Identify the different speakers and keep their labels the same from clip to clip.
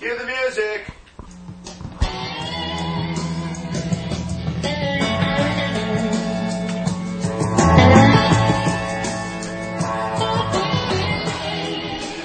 Speaker 1: Cue the music.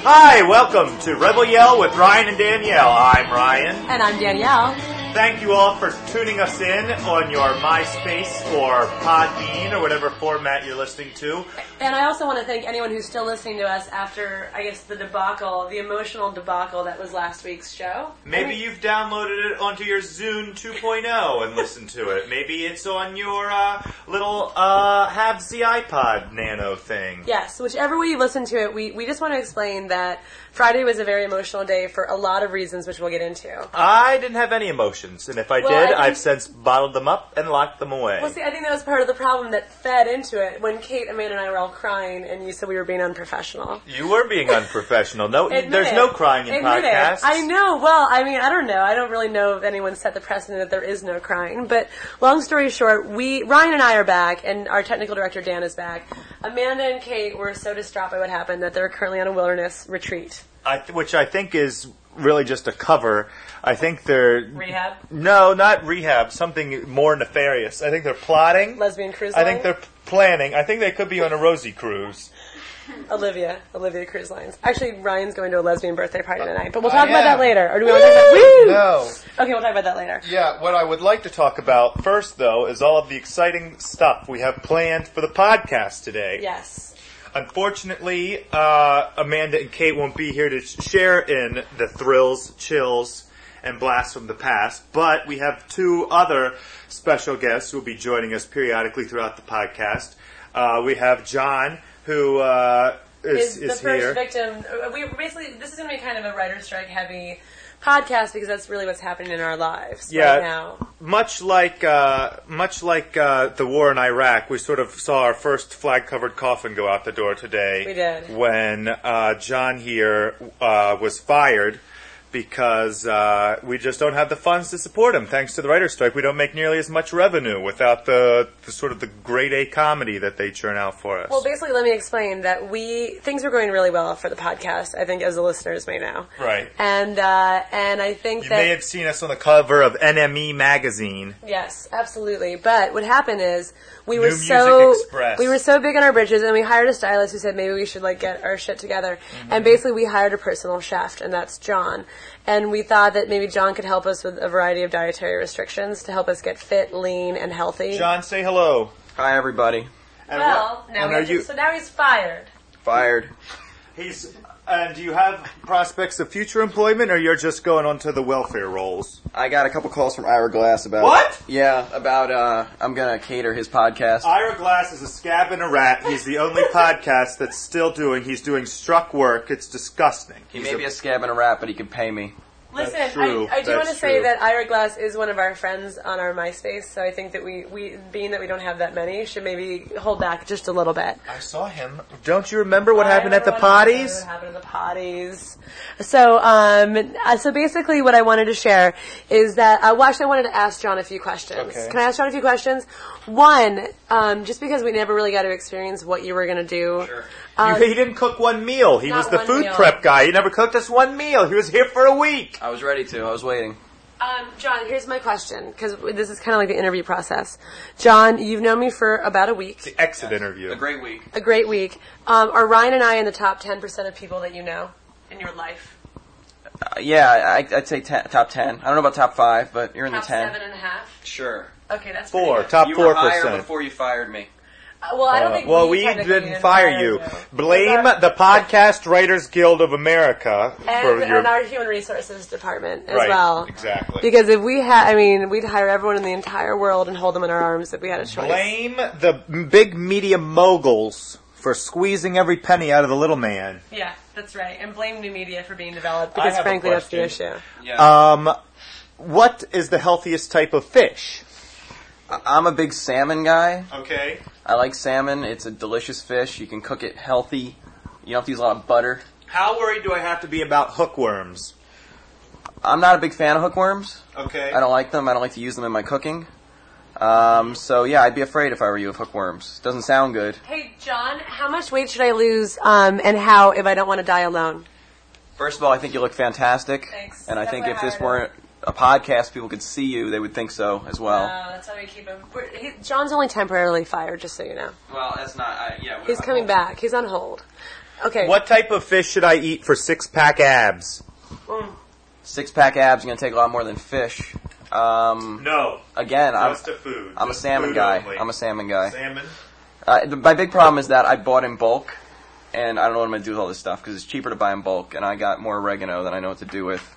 Speaker 1: Hi, welcome to Rebel Yell with Ryan and Danielle. I'm Ryan.
Speaker 2: And I'm Danielle.
Speaker 1: Thank you all for tuning us in on your MySpace or Podbean or whatever format you're listening to.
Speaker 2: And I also want to thank anyone who's still listening to us after, I guess, the debacle, the emotional debacle that was last week's show.
Speaker 1: Maybe you've downloaded it onto your Zune 2.0 and listened to it. Maybe it's on your uh, little uh, have the iPod Nano thing.
Speaker 2: Yes, whichever way you listen to it, we, we just want to explain that Friday was a very emotional day for a lot of reasons, which we'll get into.
Speaker 1: I didn't have any emotions, and if I
Speaker 2: Well,
Speaker 1: did,
Speaker 2: I think-
Speaker 1: I've since bottled them up and locked them away.
Speaker 2: Well, see, I think that was part of the problem that fed into it when Kate, Amanda, and I were all crying, and you said we were being unprofessional.
Speaker 1: you were being unprofessional. No,
Speaker 2: Admit
Speaker 1: there's
Speaker 2: it.
Speaker 1: no crying in
Speaker 2: Admit it.
Speaker 1: podcasts.
Speaker 2: I know. Well, I mean, I don't know. I don't really know if anyone set the precedent that there is no crying. But long story short, we Ryan and I are back, and our technical director Dan is back. Amanda and Kate were so distraught by what happened that they're currently on a wilderness retreat.
Speaker 1: I th- which I think is really just a cover. I think they're
Speaker 2: Rehab?
Speaker 1: No, not rehab. Something more nefarious. I think they're plotting.
Speaker 2: Lesbian cruise
Speaker 1: I
Speaker 2: line.
Speaker 1: think they're p- planning. I think they could be on a rosy cruise.
Speaker 2: Olivia, Olivia Cruise Lines. Actually, Ryan's going to a lesbian birthday party tonight, but we'll
Speaker 1: I
Speaker 2: talk about
Speaker 1: am.
Speaker 2: that later. Or do we want to talk about? Woo!
Speaker 1: Oh, No.
Speaker 2: Okay, we'll talk about that later.
Speaker 1: Yeah, what I would like to talk about first, though, is all of the exciting stuff we have planned for the podcast today.
Speaker 2: Yes.
Speaker 1: Unfortunately, uh, Amanda and Kate won't be here to sh- share in the thrills, chills, and blasts from the past, but we have two other special guests who will be joining us periodically throughout the podcast. Uh, we have John, who uh, is,
Speaker 2: is the
Speaker 1: is
Speaker 2: first
Speaker 1: here.
Speaker 2: victim. uh, We basically this is going to be kind of a writer strike heavy podcast because that's really what's happening in our lives
Speaker 1: Yeah.
Speaker 2: right now.
Speaker 1: much like uh, much like uh, the war in Iraq, we sort of saw our first flag-covered coffin go out the door today.
Speaker 2: We did.
Speaker 1: when uh, John here uh, was fired because uh, we just don't have the funds to support him. Thanks to the writer's strike, we don't make nearly as much revenue without the, the sort of the grade A comedy that they churn out for us.
Speaker 2: Well, basically, let me explain that we things were going really well for the podcast. I think as the listeners may know,
Speaker 1: Right.
Speaker 2: And uh, and I think
Speaker 1: you
Speaker 2: that
Speaker 1: may have seen us on the cover of NME magazine.
Speaker 2: Yes, absolutely. But what happened is we were
Speaker 1: Music
Speaker 2: so
Speaker 1: Express.
Speaker 2: we were so big on our britches, and we hired a stylist who said maybe we should like get our shit together.
Speaker 1: Mm-hmm.
Speaker 2: And basically, we hired a personal chef, and that's John. And we thought that maybe John could help us with a variety of dietary restrictions to help us get fit, lean, and healthy.
Speaker 1: John, say hello.
Speaker 3: Hi, everybody.
Speaker 1: And
Speaker 2: well,
Speaker 1: what-
Speaker 2: now
Speaker 1: and
Speaker 2: we
Speaker 1: are
Speaker 2: have to-
Speaker 1: you-
Speaker 2: so now he's fired.
Speaker 3: Fired.
Speaker 1: He's and do you have prospects of future employment, or you're just going onto the welfare rolls?
Speaker 3: I got a couple calls from Ira Glass about
Speaker 1: What?
Speaker 3: Yeah, about uh, I'm gonna cater his podcast.
Speaker 1: Ira Glass is a scab and a rat. He's the only podcast that's still doing. He's doing struck work. It's disgusting.
Speaker 3: he may be a scab and a rat, but he can pay me.
Speaker 2: Listen,
Speaker 1: That's true.
Speaker 2: I, I do
Speaker 1: That's
Speaker 2: want to say
Speaker 1: true.
Speaker 2: that Ira Glass is one of our friends on our MySpace, so I think that we, we being that we don't have that many, should maybe hold back just a little bit.
Speaker 1: I saw him. Don't you remember what
Speaker 2: I
Speaker 1: happened at the
Speaker 2: remember uh, what happened-
Speaker 1: potties?
Speaker 2: What happened at the potties? So, um, uh, so basically, what I wanted to share is that uh, well, actually, I wanted to ask John a few questions.
Speaker 1: Okay.
Speaker 2: Can I ask John a few questions? One, um, just because we never really got to experience what you were going to do.
Speaker 1: You- he didn't cook one meal. He
Speaker 2: uh, Not
Speaker 1: was the
Speaker 2: one
Speaker 1: food
Speaker 2: meal.
Speaker 1: prep guy. He never cooked us one meal. He was here for a week.
Speaker 3: I was ready to. I was waiting.
Speaker 2: Um, John, here's my question because this is kind of like the interview process. John, you've known me for about a week,
Speaker 1: Exit interview.
Speaker 3: A great week.
Speaker 2: a great week. Um, are Ryan and I in the top ten percent of people that you know in your life?
Speaker 3: Uh, yeah, I, I'd say ten, top ten. I don't know about top five, but you're in
Speaker 2: Top
Speaker 3: the ten.
Speaker 2: seven and a half.
Speaker 3: Sure.
Speaker 2: Okay, that's pretty
Speaker 1: four
Speaker 2: good.
Speaker 1: top
Speaker 3: you
Speaker 1: four
Speaker 3: were hired
Speaker 1: percent.
Speaker 3: before you fired me.
Speaker 2: Uh, Well, I don't think.
Speaker 1: Well,
Speaker 2: we,
Speaker 1: we
Speaker 2: technically
Speaker 1: didn't fire you. Blame
Speaker 2: It's our-
Speaker 1: the Podcast Writers Guild of America for
Speaker 2: and,
Speaker 1: your
Speaker 2: and our human resources department as
Speaker 1: Right,
Speaker 2: well.
Speaker 1: exactly.
Speaker 2: Because if we had, I mean, we'd hire everyone in the entire world and hold them in our arms if we had a choice.
Speaker 1: Blame the m- big media moguls for squeezing every penny out of the little man.
Speaker 2: Yeah, that's right. And blame new media for being developed
Speaker 1: I
Speaker 2: because,
Speaker 1: have a
Speaker 2: frankly, that's the
Speaker 1: question.
Speaker 2: issue.
Speaker 3: Yeah.
Speaker 1: Um, what is the healthiest type of fish?
Speaker 3: I- I'm a big salmon guy.
Speaker 1: Okay.
Speaker 3: I like salmon. It's a delicious fish. You can cook it healthy. You don't have to use a lot of butter.
Speaker 1: How worried do I have to be about hookworms?
Speaker 3: I'm not a big fan of hookworms.
Speaker 1: Okay.
Speaker 3: I don't like them. I don't like to use them in my cooking. Um, so yeah, I'd be afraid if I were you of hookworms. Doesn't sound good.
Speaker 2: Hey, John, how much weight should I lose, um, and how if I don't want to die alone?
Speaker 3: First of all, I think you look fantastic.
Speaker 2: Thanks.
Speaker 3: And I
Speaker 2: That's
Speaker 3: think
Speaker 2: why I
Speaker 3: if this
Speaker 2: hired
Speaker 3: weren't a podcast, people could see you, they would think so as well.
Speaker 2: Oh, that's how we keep him. We're, he, John's only temporarily fired, just so you know.
Speaker 3: well, that's not. I, yeah, we-
Speaker 2: He's coming back. He's on hold. Okay.
Speaker 1: What type of fish should I eat for six pack abs?
Speaker 3: Six pack abs are going to take a lot more than fish. Um,
Speaker 1: No.
Speaker 3: again, I'm,
Speaker 1: Just a food.
Speaker 3: I'm a
Speaker 1: Just
Speaker 3: salmon
Speaker 1: food
Speaker 3: guy.
Speaker 1: only.
Speaker 3: I'm a salmon guy.
Speaker 1: salmon.
Speaker 3: Uh, th- my big problem is that I bought in bulk, and I don't know what I'm going to do with all this stuff because it's cheaper to buy in bulk, and I got more oregano than I know what to do with.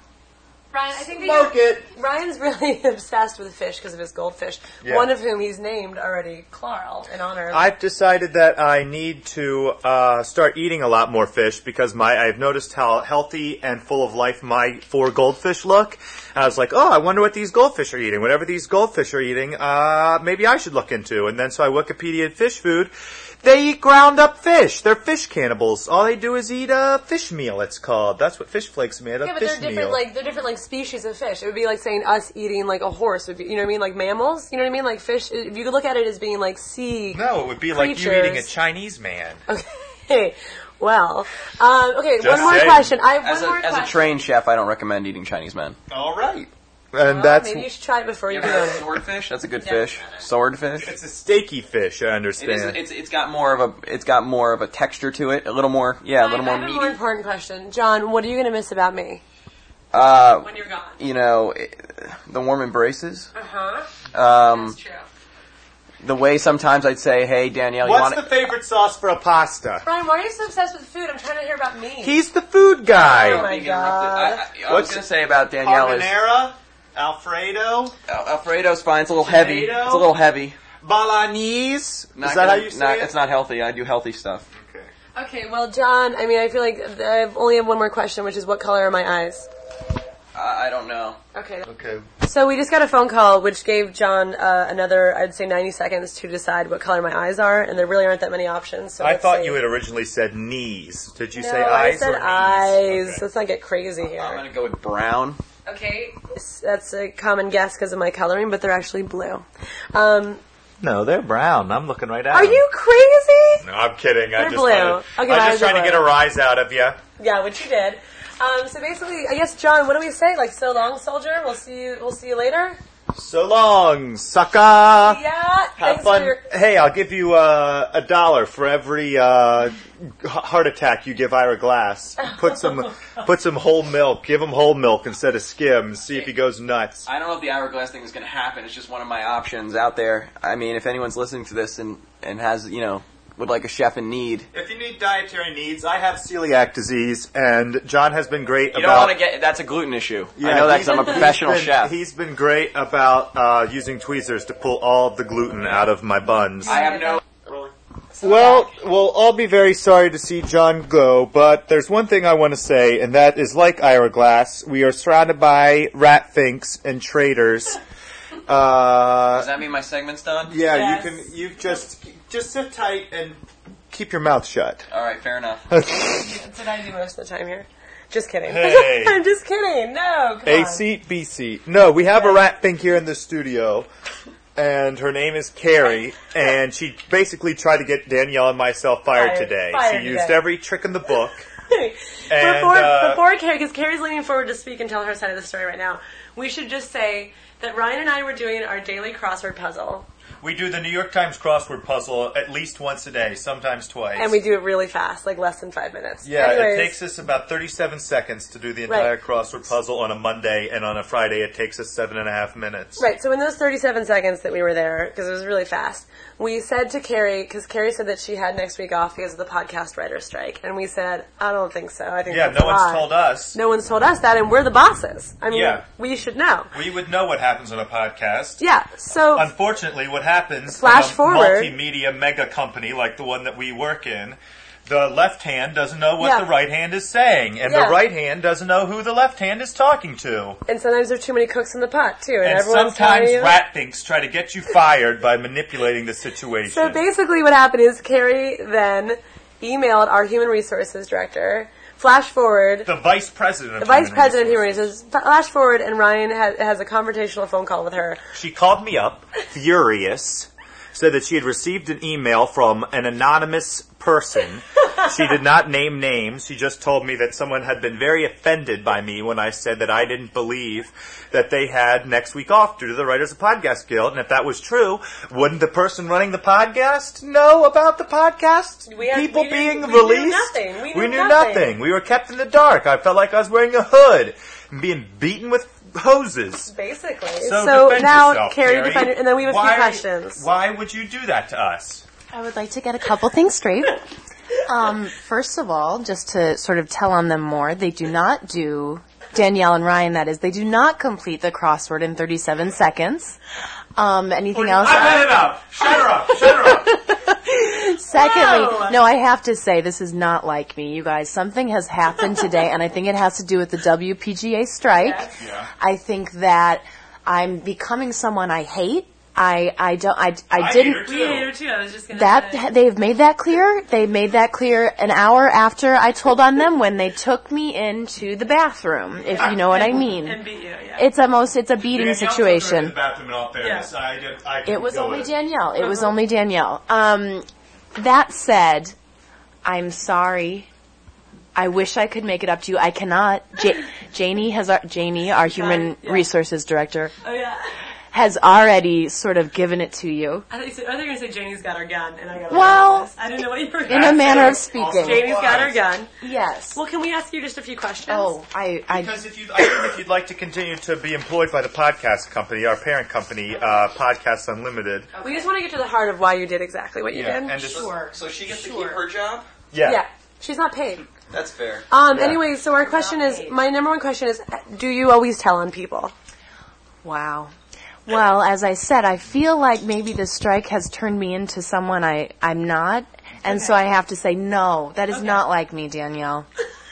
Speaker 2: Ryan, I think that
Speaker 1: Smoke
Speaker 2: you're-
Speaker 1: it.
Speaker 2: Ryan's really obsessed with fish because of his goldfish,
Speaker 1: Yeah.
Speaker 2: one of whom he's named already Clarl in honor of.
Speaker 1: I've decided that I need to uh, start eating a lot more fish because my I've noticed how healthy and full of life my four goldfish look. And I was like, oh, I wonder what these goldfish are eating. Whatever these goldfish are eating, uh, maybe I should look into. And then so I Wikipedia fish food. They eat ground up fish. They're fish cannibals. All they do is eat a fish meal. It's called. That's what fish flakes are made of.
Speaker 2: yeah, but
Speaker 1: fish
Speaker 2: they're different.
Speaker 1: meal.
Speaker 2: Like they're different, like species of fish. It would be like saying us eating like a horse. Would be, you know what I mean? Like mammals. You know what I mean? Like fish. If you could look at it as being like sea.
Speaker 1: no, it would be like you eating a
Speaker 2: creatures.
Speaker 1: Chinese man.
Speaker 2: Okay. Well. Um, okay.
Speaker 1: Just
Speaker 2: one more
Speaker 1: saying.
Speaker 2: question. I have one
Speaker 3: As a,
Speaker 2: more
Speaker 3: as
Speaker 2: question.
Speaker 3: a trained chef, I don't recommend eating Chinese men.
Speaker 1: All right, and
Speaker 2: Well,
Speaker 1: that's
Speaker 2: maybe you should try it before you do it.
Speaker 3: swordfish? That's a good
Speaker 2: Yeah.
Speaker 3: fish. Swordfish.
Speaker 1: it's a steaky fish. I
Speaker 3: It
Speaker 1: understand.
Speaker 3: is. It's, it's got more of a. It's got more of a texture to it. A little more. Yeah, a little
Speaker 2: I
Speaker 3: more
Speaker 2: have a more
Speaker 3: meaty.
Speaker 2: important question, John. What are you going to miss about me
Speaker 3: Uh,
Speaker 2: when you're gone?
Speaker 3: you know, it, the warm embraces.
Speaker 2: Uh huh.
Speaker 3: Um,
Speaker 2: That's true.
Speaker 3: the way sometimes I'd say, "Hey, Danielle, Oh, you
Speaker 1: What's
Speaker 3: want
Speaker 1: the favorite sauce for a pasta?
Speaker 2: Ryan, why are you so obsessed with food? I'm trying to hear about me.
Speaker 1: He's the food
Speaker 2: Oh
Speaker 1: guy.
Speaker 2: my God.
Speaker 3: I, I, I was
Speaker 1: What's-
Speaker 3: gonna say about Danielle is
Speaker 1: Carbonara, Alfredo,
Speaker 3: Al- Alfredo's fine. It's a little heavy.
Speaker 1: Tomato?
Speaker 3: It's a little heavy.
Speaker 1: Bolognese.
Speaker 3: Not
Speaker 1: Is that
Speaker 3: gonna-
Speaker 1: how you say
Speaker 3: not,
Speaker 1: it?
Speaker 3: It's not healthy. I do healthy stuff.
Speaker 1: Okay.
Speaker 2: Okay, well, John, I mean, I feel like I have only have one more question, which is what color are my eyes?
Speaker 3: I, I don't know.
Speaker 2: Okay.
Speaker 1: Okay.
Speaker 2: So we just got a phone call, which gave John uh, another, I'd say, 90 seconds to decide what color my eyes are, and there really aren't that many options. So
Speaker 1: I
Speaker 2: let's
Speaker 1: thought
Speaker 2: see.
Speaker 1: you had originally said knees. Did you
Speaker 2: No,
Speaker 1: say
Speaker 2: I
Speaker 1: eyes
Speaker 2: said
Speaker 1: or knees?
Speaker 2: eyes.
Speaker 1: Okay.
Speaker 2: Let's not get crazy
Speaker 3: I'm
Speaker 2: here.
Speaker 3: gonna go with brown.
Speaker 2: Okay. That's a common guess because of my coloring, but they're actually blue. Um,
Speaker 1: No, they're brown. I'm looking right at.
Speaker 2: are
Speaker 1: them.
Speaker 2: you crazy?
Speaker 1: No, I'm kidding. I
Speaker 2: They're
Speaker 1: just
Speaker 2: blue.
Speaker 1: thought-
Speaker 2: Okay,
Speaker 1: I
Speaker 2: my
Speaker 1: was
Speaker 2: eyes
Speaker 1: just
Speaker 2: are
Speaker 1: trying to
Speaker 2: blue.
Speaker 1: get a rise out of you.
Speaker 2: Yeah, which you did. Um, so basically, I guess John, what do we say? Like, so long, soldier. We'll see you. We'll see you later.
Speaker 1: So long, sucker.
Speaker 2: Yeah.
Speaker 1: Have
Speaker 2: thanks
Speaker 1: fun.
Speaker 2: For your-
Speaker 1: Hey, I'll give you uh, a dollar for every uh, h- heart attack you give Ira Glass. Put some, put some whole milk. Give him whole milk instead of skim. See if he goes nuts.
Speaker 3: I don't know if the hourglass thing is going to happen. It's just one of my options out there. I mean, if anyone's listening to this and and has you know would like a chef in need,
Speaker 1: If you need dietary needs, I have celiac disease, and John has been great
Speaker 3: you
Speaker 1: about.
Speaker 3: don't want to get that's a gluten issue. I know that 'cause I'm a
Speaker 1: he's-
Speaker 3: professional
Speaker 1: he's been-
Speaker 3: chef.
Speaker 1: He's been great about uh, using tweezers to pull all of the gluten out of my buns.
Speaker 3: I have no.
Speaker 1: Well, we'll all be very sorry to see John go, but there's one thing I want to say, and that is like Ira Glass, we are surrounded by rat finks and traitors. Uh,
Speaker 3: Does that mean my segment's done?
Speaker 1: yeah,
Speaker 2: Yes.
Speaker 1: you can, you just, just sit tight and keep your mouth shut.
Speaker 3: All right, fair enough.
Speaker 2: That's what I do most of the time here. Just kidding.
Speaker 1: Hey.
Speaker 2: I'm just kidding. No. Come
Speaker 1: A
Speaker 2: on.
Speaker 1: seat, B seat. No, we have a rat fink here in the studio, and her name is Carrie, and she basically tried to get Danielle and myself fired,
Speaker 2: Fired.
Speaker 1: today.
Speaker 2: Fired
Speaker 1: she used
Speaker 2: today.
Speaker 1: every trick in the book. And,
Speaker 2: before,
Speaker 1: uh,
Speaker 2: before Carrie, because Carrie's leaning forward to speak and tell her side of the story right now, we should just say that Ryan and I were doing our daily crossword puzzle,
Speaker 1: We do the New York Times crossword puzzle at least once a day, sometimes twice.
Speaker 2: and we do it really fast, like less than five minutes.
Speaker 1: yeah,
Speaker 2: Anyways,
Speaker 1: it takes us about 37 seconds to do the
Speaker 2: Right.
Speaker 1: entire crossword puzzle on a Monday, and on a Friday it takes us seven and a half minutes.
Speaker 2: Right, so in those 37 seconds that we were there, because it was really fast, we said to Carrie, because Carrie said that she had next week off because of the podcast writer strike, and we said, I don't think so. I think
Speaker 1: Yeah,
Speaker 2: that's
Speaker 1: no
Speaker 2: a
Speaker 1: one's
Speaker 2: lie."
Speaker 1: told us.
Speaker 2: No one's told us that, and we're the bosses. I mean,
Speaker 1: Yeah.
Speaker 2: we should know.
Speaker 1: We would know what happens on a podcast.
Speaker 2: Yeah, so
Speaker 1: Um, Unfortunately, what happens
Speaker 2: Flash
Speaker 1: in a
Speaker 2: forward.
Speaker 1: multimedia mega company like the one that we work in, the left hand doesn't know what
Speaker 2: Yeah.
Speaker 1: the right hand is saying, and
Speaker 2: Yeah.
Speaker 1: the right hand doesn't know who the left hand is talking to.
Speaker 2: and sometimes there are too many cooks in the pot too, and,
Speaker 1: And
Speaker 2: everyone's
Speaker 1: sometimes
Speaker 2: telling you.
Speaker 1: rat finks try to get you fired by manipulating the situation.
Speaker 2: So basically, what happened is Carrie then emailed our human resources director. Flash forward,
Speaker 1: the vice president.
Speaker 2: the vice president of human resources. Flash forward, and Ryan has, has a confrontational phone call with her.
Speaker 1: She called me up, furious, said that she had received an email from an anonymous person. she did not name names. She just told me that someone had been very offended by me when I said that I didn't believe that they had next week off due to the Writers of Podcast Guild. And if that was true, wouldn't the person running the podcast know about the podcast?
Speaker 2: We had-
Speaker 1: People
Speaker 2: we
Speaker 1: being
Speaker 2: didn't- we knew
Speaker 1: released?
Speaker 2: nothing. We knew
Speaker 1: nothing.
Speaker 2: nothing.
Speaker 1: We were kept in the dark. I felt like I was wearing a hood and being beaten with hoses.
Speaker 2: Basically.
Speaker 1: So, defend
Speaker 2: now,
Speaker 1: yourself,
Speaker 2: Carrie, defend your- and then we have a
Speaker 1: Why are
Speaker 2: few
Speaker 1: you-
Speaker 2: questions.
Speaker 1: why would you do that to us?
Speaker 4: I would like to get a couple things straight. Um, first of all, just to sort of tell on them more, they do not do Danielle and Ryan. That is, they do not complete the crossword in 37 seconds. Um, anything else?
Speaker 1: I've had enough. Shut her up. Shut her up.
Speaker 4: Secondly,
Speaker 2: Wow.
Speaker 4: no, I have to say this is not like me, you guys. Something has happened today, and I think it has to do with the WPGA strike.
Speaker 2: Yes.
Speaker 1: Yeah.
Speaker 4: I think that I'm becoming someone I hate. I I don't I, I
Speaker 1: hate
Speaker 4: didn't
Speaker 1: her too.
Speaker 2: We
Speaker 1: Yeah.
Speaker 2: hate her too. I was just gonna say.
Speaker 4: that they've made that clear. They made that clear an hour after I told on them when they took me into the bathroom, if you know what I
Speaker 2: and
Speaker 4: mean.
Speaker 2: beat you. E, Yeah.
Speaker 4: It's almost it's a beating situation.
Speaker 2: Yeah.
Speaker 4: It was only Danielle. It was only Danielle. Um, that said, I'm sorry. I wish I could make it up to you. I cannot. Ja- Janie has our, Janie, our human
Speaker 2: yeah.
Speaker 4: resources director,
Speaker 2: oh yeah.
Speaker 4: has already sort of given it to you.
Speaker 2: I think I think you're gonna say Janie's got her gun, and I got.
Speaker 4: Well,
Speaker 2: I didn't know what you were.
Speaker 4: In a manner of speaking.
Speaker 2: Janie's got
Speaker 1: uh,
Speaker 2: her gun.
Speaker 4: Yes.
Speaker 2: Well, can we ask you just a few questions?
Speaker 4: Oh, I, I,
Speaker 1: Because if you, I think if you'd like to continue to be employed by the podcast company, our parent company, uh, Podcast Unlimited,
Speaker 2: we just want to get to the heart of why you did exactly what you
Speaker 1: Yeah,
Speaker 2: did.
Speaker 1: and just- Sure.
Speaker 5: So she gets to keep her job?
Speaker 1: yeah,
Speaker 2: yeah, she's not paid.
Speaker 5: That's fair.
Speaker 2: Um.
Speaker 1: Yeah.
Speaker 2: Anyway, so our question is, my number one question is, do you always tell on people?
Speaker 4: wow. Well, as I said, I feel like maybe the strike has turned me into someone I, I'm not. And so I have to say, no, that is not like me, Danielle.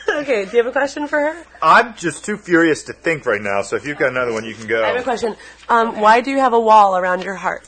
Speaker 2: okay. Do you have a question for her?
Speaker 1: I'm just too furious to think right now. So if you've got another one, you can go.
Speaker 2: I have a question. Um, why do you have a wall around your heart?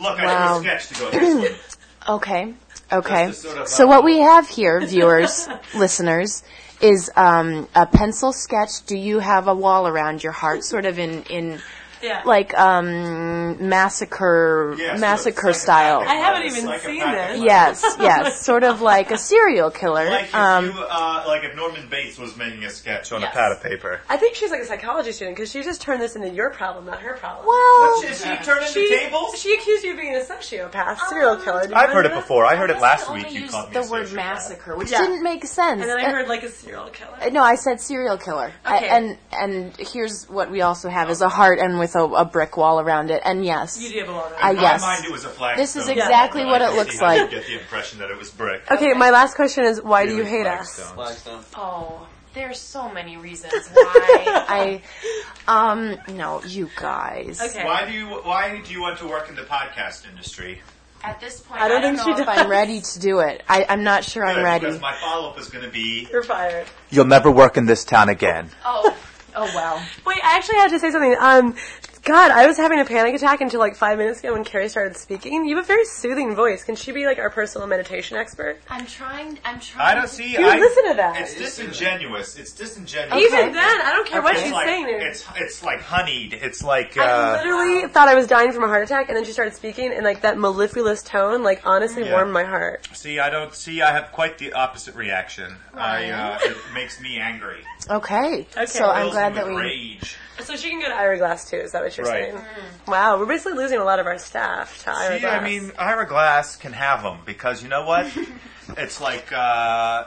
Speaker 1: Look,
Speaker 4: Wow.
Speaker 1: drew a sketch to go. with this.
Speaker 4: Okay. Okay.
Speaker 1: That's the sort of,
Speaker 4: so
Speaker 1: uh,
Speaker 4: what we have here, viewers, listeners, is um, a pencil sketch. Do you have a wall around your heart, sort of in in
Speaker 2: Yeah.
Speaker 4: like um, massacre
Speaker 1: Yeah, so
Speaker 4: massacre
Speaker 1: it's like a
Speaker 4: style?
Speaker 2: I
Speaker 1: packet.
Speaker 2: haven't
Speaker 1: It's
Speaker 2: even
Speaker 1: like a
Speaker 2: seen
Speaker 1: packet.
Speaker 2: this.
Speaker 4: yes, yes, sort of like a serial killer.
Speaker 1: Like if
Speaker 4: um,
Speaker 1: you, uh, like if Norman Bates was making a sketch on
Speaker 2: Yes.
Speaker 1: a pad of paper.
Speaker 2: I think she's like a psychology student because she just turned this into your problem, not her problem.
Speaker 4: well,
Speaker 1: Is she turning
Speaker 2: Oh, She,
Speaker 1: the tables?
Speaker 2: she accused you of being a sociopath, serial killer. Do you
Speaker 1: I've heard
Speaker 2: remember
Speaker 1: it
Speaker 2: that?
Speaker 1: before. I heard it last
Speaker 4: only
Speaker 1: week. You
Speaker 4: used
Speaker 1: called me
Speaker 4: the
Speaker 1: a
Speaker 4: word
Speaker 1: sociopath.
Speaker 4: massacre, which
Speaker 2: Yeah.
Speaker 4: didn't make sense.
Speaker 2: And then
Speaker 4: Uh,
Speaker 2: I heard like a serial killer.
Speaker 4: No, I said serial killer. I-
Speaker 2: Okay.
Speaker 4: and and here's what we also have is a heart and with a, a brick wall around it. And yes,
Speaker 2: you do have a lot of.
Speaker 4: I-
Speaker 1: In my
Speaker 4: yes.
Speaker 1: mind, it was a flag
Speaker 4: This is
Speaker 1: stone,
Speaker 4: exactly
Speaker 1: but I
Speaker 4: what it
Speaker 1: could
Speaker 4: looks
Speaker 1: see how you
Speaker 4: like.
Speaker 1: Get the impression that it was brick.
Speaker 2: okay, my last question is why do you
Speaker 1: Really
Speaker 2: hate
Speaker 1: flag
Speaker 2: us?
Speaker 1: stone.
Speaker 5: Flagstone.
Speaker 4: Oh, there's so many reasons why I um no, you guys.
Speaker 2: Okay.
Speaker 1: Why do you Why do you want to work in the podcast industry?
Speaker 4: At this point,
Speaker 2: I don't think she
Speaker 4: if
Speaker 2: does.
Speaker 4: I'm ready to do it. I, I'm not sure I'm
Speaker 1: Because
Speaker 4: ready.
Speaker 1: my follow up is going to be.
Speaker 2: You're fired.
Speaker 1: You'll never work in this town again.
Speaker 4: Oh, oh well.
Speaker 2: Wait, I actually had to say something. Um, God, I was having a panic attack until like five minutes ago when Carrie started speaking. You have a very soothing voice. Can she be like our personal meditation expert?
Speaker 4: I'm trying. I'm trying.
Speaker 1: I don't see.
Speaker 2: You
Speaker 1: I,
Speaker 2: listen to that.
Speaker 1: It's disingenuous. It's disingenuous.
Speaker 2: Even then, I don't care what
Speaker 1: It's
Speaker 2: she's
Speaker 1: like-
Speaker 2: saying. There.
Speaker 1: It's it's like honeyed. It's like uh,
Speaker 2: I literally thought I was dying from a heart attack, and then she started speaking, and like that mellifluous tone, like honestly
Speaker 1: Yeah.
Speaker 2: warmed my heart.
Speaker 1: see. I don't see. I have quite the opposite reaction. I uh, it makes me angry.
Speaker 4: Okay.
Speaker 2: Okay.
Speaker 4: So I'm
Speaker 1: Fills
Speaker 4: glad
Speaker 1: me
Speaker 4: that
Speaker 1: with
Speaker 4: we.
Speaker 1: rage.
Speaker 2: So she can go to Ira Glass too. Is that what you're
Speaker 1: Right.
Speaker 2: saying? Wow, we're basically losing a lot of our staff to Ira
Speaker 1: See,
Speaker 2: Glass.
Speaker 1: I mean, Ira Glass can have them because you know what? it's like uh,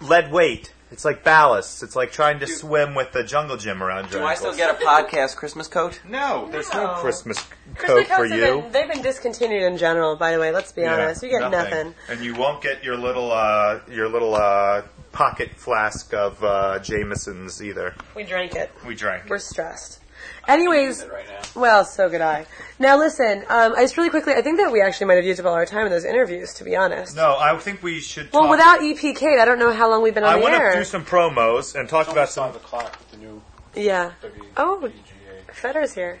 Speaker 1: lead weight. It's like ballast. It's like trying to swim with the jungle gym around your
Speaker 5: Do I still
Speaker 1: ankles.
Speaker 5: get a podcast Christmas coat?
Speaker 1: No, there's no,
Speaker 2: No.
Speaker 1: Christmas
Speaker 2: Christmas
Speaker 1: coat for
Speaker 2: coats have
Speaker 1: you.
Speaker 2: been- they've been discontinued in general. By the way, let's be honest, you get nothing.
Speaker 1: and you won't get your little uh, your little uh, pocket flask of uh, Jameson's either.
Speaker 2: We drank it.
Speaker 1: We drank.
Speaker 2: We're stressed. Anyways,
Speaker 5: it right now.
Speaker 2: well, so could I. Now listen, um, I just really quickly, I think that we actually might have used up all our time in those interviews, to be honest.
Speaker 1: no, I think we should.
Speaker 2: Well,
Speaker 1: talk-
Speaker 2: without EP Kate, I don't know how long we've been on
Speaker 1: I
Speaker 2: the
Speaker 1: want to
Speaker 2: air.
Speaker 1: do some promos and talk about some.
Speaker 6: o'clock with the new
Speaker 2: yeah. Oh,
Speaker 6: WPGA.
Speaker 2: Fetter's here.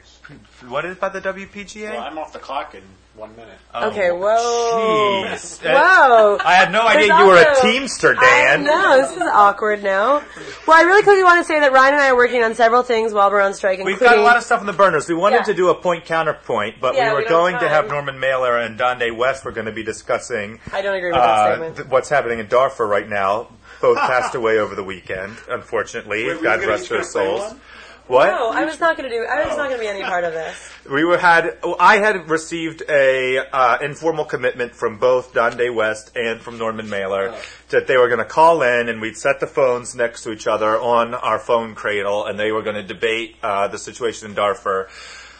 Speaker 1: What is by the WPGA?
Speaker 6: Well, I'm off the clock in one minute.
Speaker 1: Oh,
Speaker 2: Okay, whoa.
Speaker 1: Jeez.
Speaker 2: Whoa.
Speaker 1: I had no idea
Speaker 2: There's
Speaker 1: you were a
Speaker 2: also-
Speaker 1: Teamster,
Speaker 2: I
Speaker 1: Dan.
Speaker 2: know, this is awkward now. Well, I really quickly want to say that Ryan and I are working on several things while we're on strike, including...
Speaker 1: We've got a lot of stuff in the burners. We wanted
Speaker 2: Yeah.
Speaker 1: to do a point counterpoint, but
Speaker 2: Yeah,
Speaker 1: we were
Speaker 2: we don't
Speaker 1: going
Speaker 2: have
Speaker 1: to
Speaker 2: time.
Speaker 1: have Norman Mailer and Donde West were going to be discussing
Speaker 2: I don't agree with that
Speaker 1: uh,
Speaker 2: statement.
Speaker 1: th- what's happening in Darfur right now. Both passed away over the weekend, unfortunately.
Speaker 6: Wait, were
Speaker 1: God
Speaker 6: you gonna-
Speaker 1: rest
Speaker 6: you
Speaker 1: their
Speaker 6: gonna play
Speaker 1: souls.
Speaker 6: one?
Speaker 1: What?
Speaker 2: no, I was not going to do... I was not going to be any part of this.
Speaker 1: We were had. oh, I had received a uh, informal commitment from both Donde West and from Norman Mailer that they were going to call in and we'd set the phones next to each other on our phone cradle and they were going to debate uh, the situation in Darfur.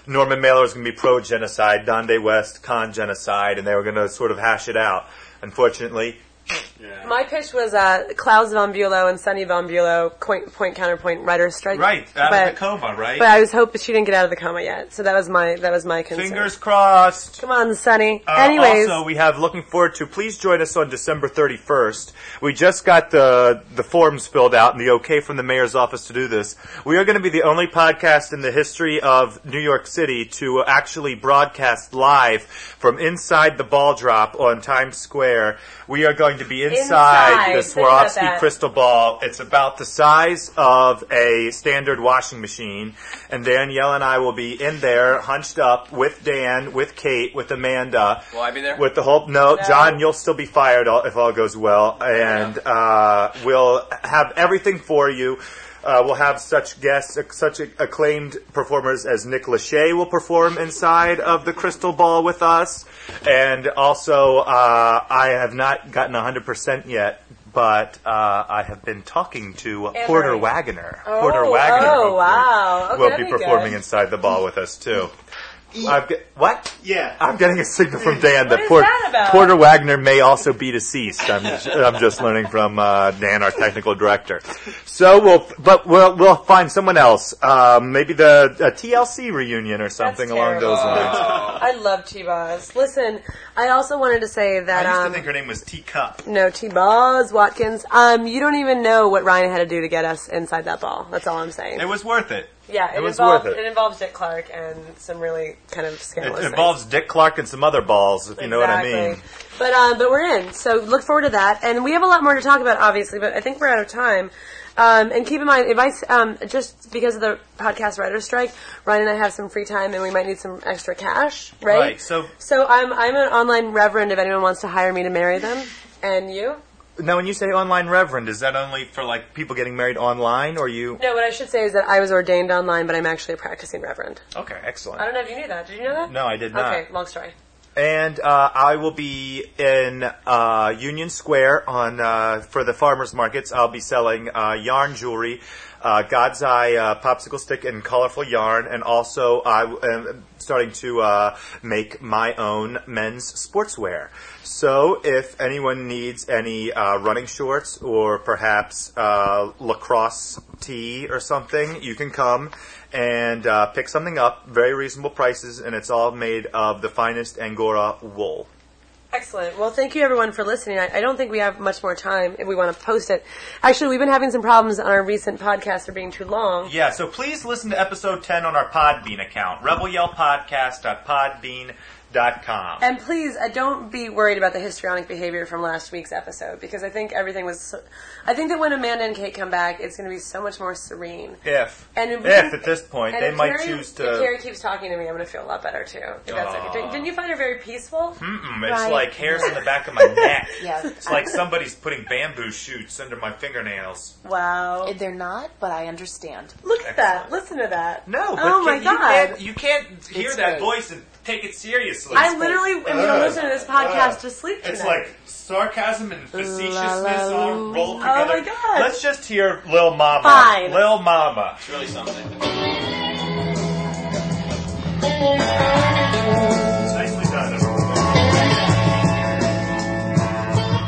Speaker 1: Norman Mailer was going to be pro genocide, Donde West con genocide, and they were going to sort of hash it out. Unfortunately,
Speaker 6: Yeah.
Speaker 2: My pitch was uh, Klaus von Bulow and Sonny von Bulow, point, point counterpoint, writer's strike. But-
Speaker 1: coma, right?
Speaker 2: But I was hoping she didn't get out of the coma yet, so that was my that was my concern.
Speaker 1: Fingers crossed.
Speaker 2: Come on, Sonny.
Speaker 1: Uh,
Speaker 2: Anyways,
Speaker 1: also, we have looking forward to. Please join us on December 31st. We just got the the forms filled out and the okay from the mayor's office to do this. We are going to be the only podcast in the history of New York City to actually broadcast live from inside the ball drop on Times Square. We are going to be inside,
Speaker 2: Inside.
Speaker 1: the
Speaker 2: Think about
Speaker 1: Swarovski
Speaker 2: that.
Speaker 1: crystal ball. It's about the size of a standard washing machine. And Danielle and I will be in there, hunched up with Dan, with Kate, with Amanda.
Speaker 5: Will I be there?
Speaker 1: With the whole no,
Speaker 2: No.
Speaker 1: John, you'll still be fired all- if all goes well, and uh, we'll have everything for you. Uh, we'll have such guests, such acclaimed performers as Nick Lachey will perform inside of the Crystal Ball with us, and also uh, I have not gotten hundred percent yet, but uh, I have been talking to Porter Wagoner. Porter
Speaker 2: Oh,
Speaker 1: Wagoner.
Speaker 2: oh,
Speaker 1: will-
Speaker 2: wow. Okay,
Speaker 1: will
Speaker 2: that'd
Speaker 1: be
Speaker 2: be
Speaker 1: performing
Speaker 2: good.
Speaker 1: inside the ball with us too. I've got, what?
Speaker 6: Yeah.
Speaker 1: I'm getting a signal from Dan
Speaker 2: What
Speaker 1: that,
Speaker 2: is
Speaker 1: Port-
Speaker 2: that about?
Speaker 1: Porter Wagner may also be deceased. I'm, I'm just learning from uh, Dan, our technical director. So we'll, but we'll we'll find someone else. Um, maybe the a TLC reunion or something along
Speaker 2: terrible.
Speaker 1: those lines.
Speaker 2: I love T-Boz. Listen, I also wanted to say that um,
Speaker 1: her name was Teacup.
Speaker 2: no T-Boz Watkins. Um, you don't even know what Ryan had to do to get us inside that ball. That's all I'm saying.
Speaker 1: It was worth it.
Speaker 2: yeah, it,
Speaker 1: it was
Speaker 2: involved
Speaker 1: worth it.
Speaker 2: involves Dick Clark and some really kind of scandalous.
Speaker 1: It
Speaker 2: things.
Speaker 1: involves Dick Clark and some other balls, if you know what I
Speaker 2: Exactly.
Speaker 1: mean.
Speaker 2: But um, but we're in, so look forward to that. And we have a lot more to talk about, obviously. But I think we're out of time. Um, and keep in mind, if I s- um, just because of the podcast writer strike, Ryan and I have some free time, and we might need some extra cash, right?
Speaker 1: Right, so-
Speaker 2: so I'm I'm an online reverend. If anyone wants to hire me to marry them, and you.
Speaker 1: Now, when you say online reverend, is that only for like people getting married online, or you?
Speaker 2: No, what I should say is that I was ordained online, but I'm actually a practicing reverend.
Speaker 1: Okay, excellent.
Speaker 2: I don't know if you knew that. Did you know that?
Speaker 1: No, I did not.
Speaker 2: Okay, long story.
Speaker 1: and uh, I will be in uh, Union Square on uh, for the farmers markets. I'll be selling uh, yarn jewelry, uh, God's Eye uh, popsicle stick, and colorful yarn. And also, I am starting to uh, make my own men's sportswear. So, if anyone needs any uh, running shorts or perhaps uh, lacrosse tee or something, you can come and uh, pick something up. Very reasonable prices, and it's all made of the finest Angora wool.
Speaker 2: Excellent. Well, thank you everyone for listening. I, I don't think we have much more time if we want to post it. Actually, we've been having some problems on our recent podcast for being too long.
Speaker 1: Yeah, so please listen to episode 10 on our Podbean account, rebelyellpodcast.podbean.com.
Speaker 2: And please, uh, don't be worried about the histrionic behavior from last week's episode because I think everything was. So, I think that when Amanda and Kate come back, it's going to be so much more serene.
Speaker 1: If,
Speaker 2: And if we-
Speaker 1: if at this point,
Speaker 2: And
Speaker 1: they
Speaker 2: if
Speaker 1: might
Speaker 2: Carrie-
Speaker 1: choose to.
Speaker 2: If Carrie keeps talking to me, I'm going to feel a lot better too. If that's okay. Didn't- Didn't you find her very peaceful?
Speaker 1: Mm, it's
Speaker 4: Right.
Speaker 1: like hairs on the back of my neck.
Speaker 4: Yes.
Speaker 1: It's like somebody's putting bamboo shoots under my fingernails.
Speaker 2: Wow.
Speaker 4: They're not, but I understand.
Speaker 2: Look at that. Listen to that.
Speaker 1: No, but
Speaker 2: Oh my
Speaker 1: can-
Speaker 2: god.
Speaker 1: You can't, you can't hear
Speaker 4: It's
Speaker 1: that
Speaker 4: great.
Speaker 1: voice and take it seriously.
Speaker 2: I literally am going to listen to this podcast to sleep tonight.
Speaker 1: It's like sarcasm and facetiousness
Speaker 4: La, la,
Speaker 1: all rolled
Speaker 2: Oh
Speaker 1: together.
Speaker 2: my God.
Speaker 1: Let's just hear Lil Mama.
Speaker 2: Fine.
Speaker 1: Lil Mama.
Speaker 5: It's really something.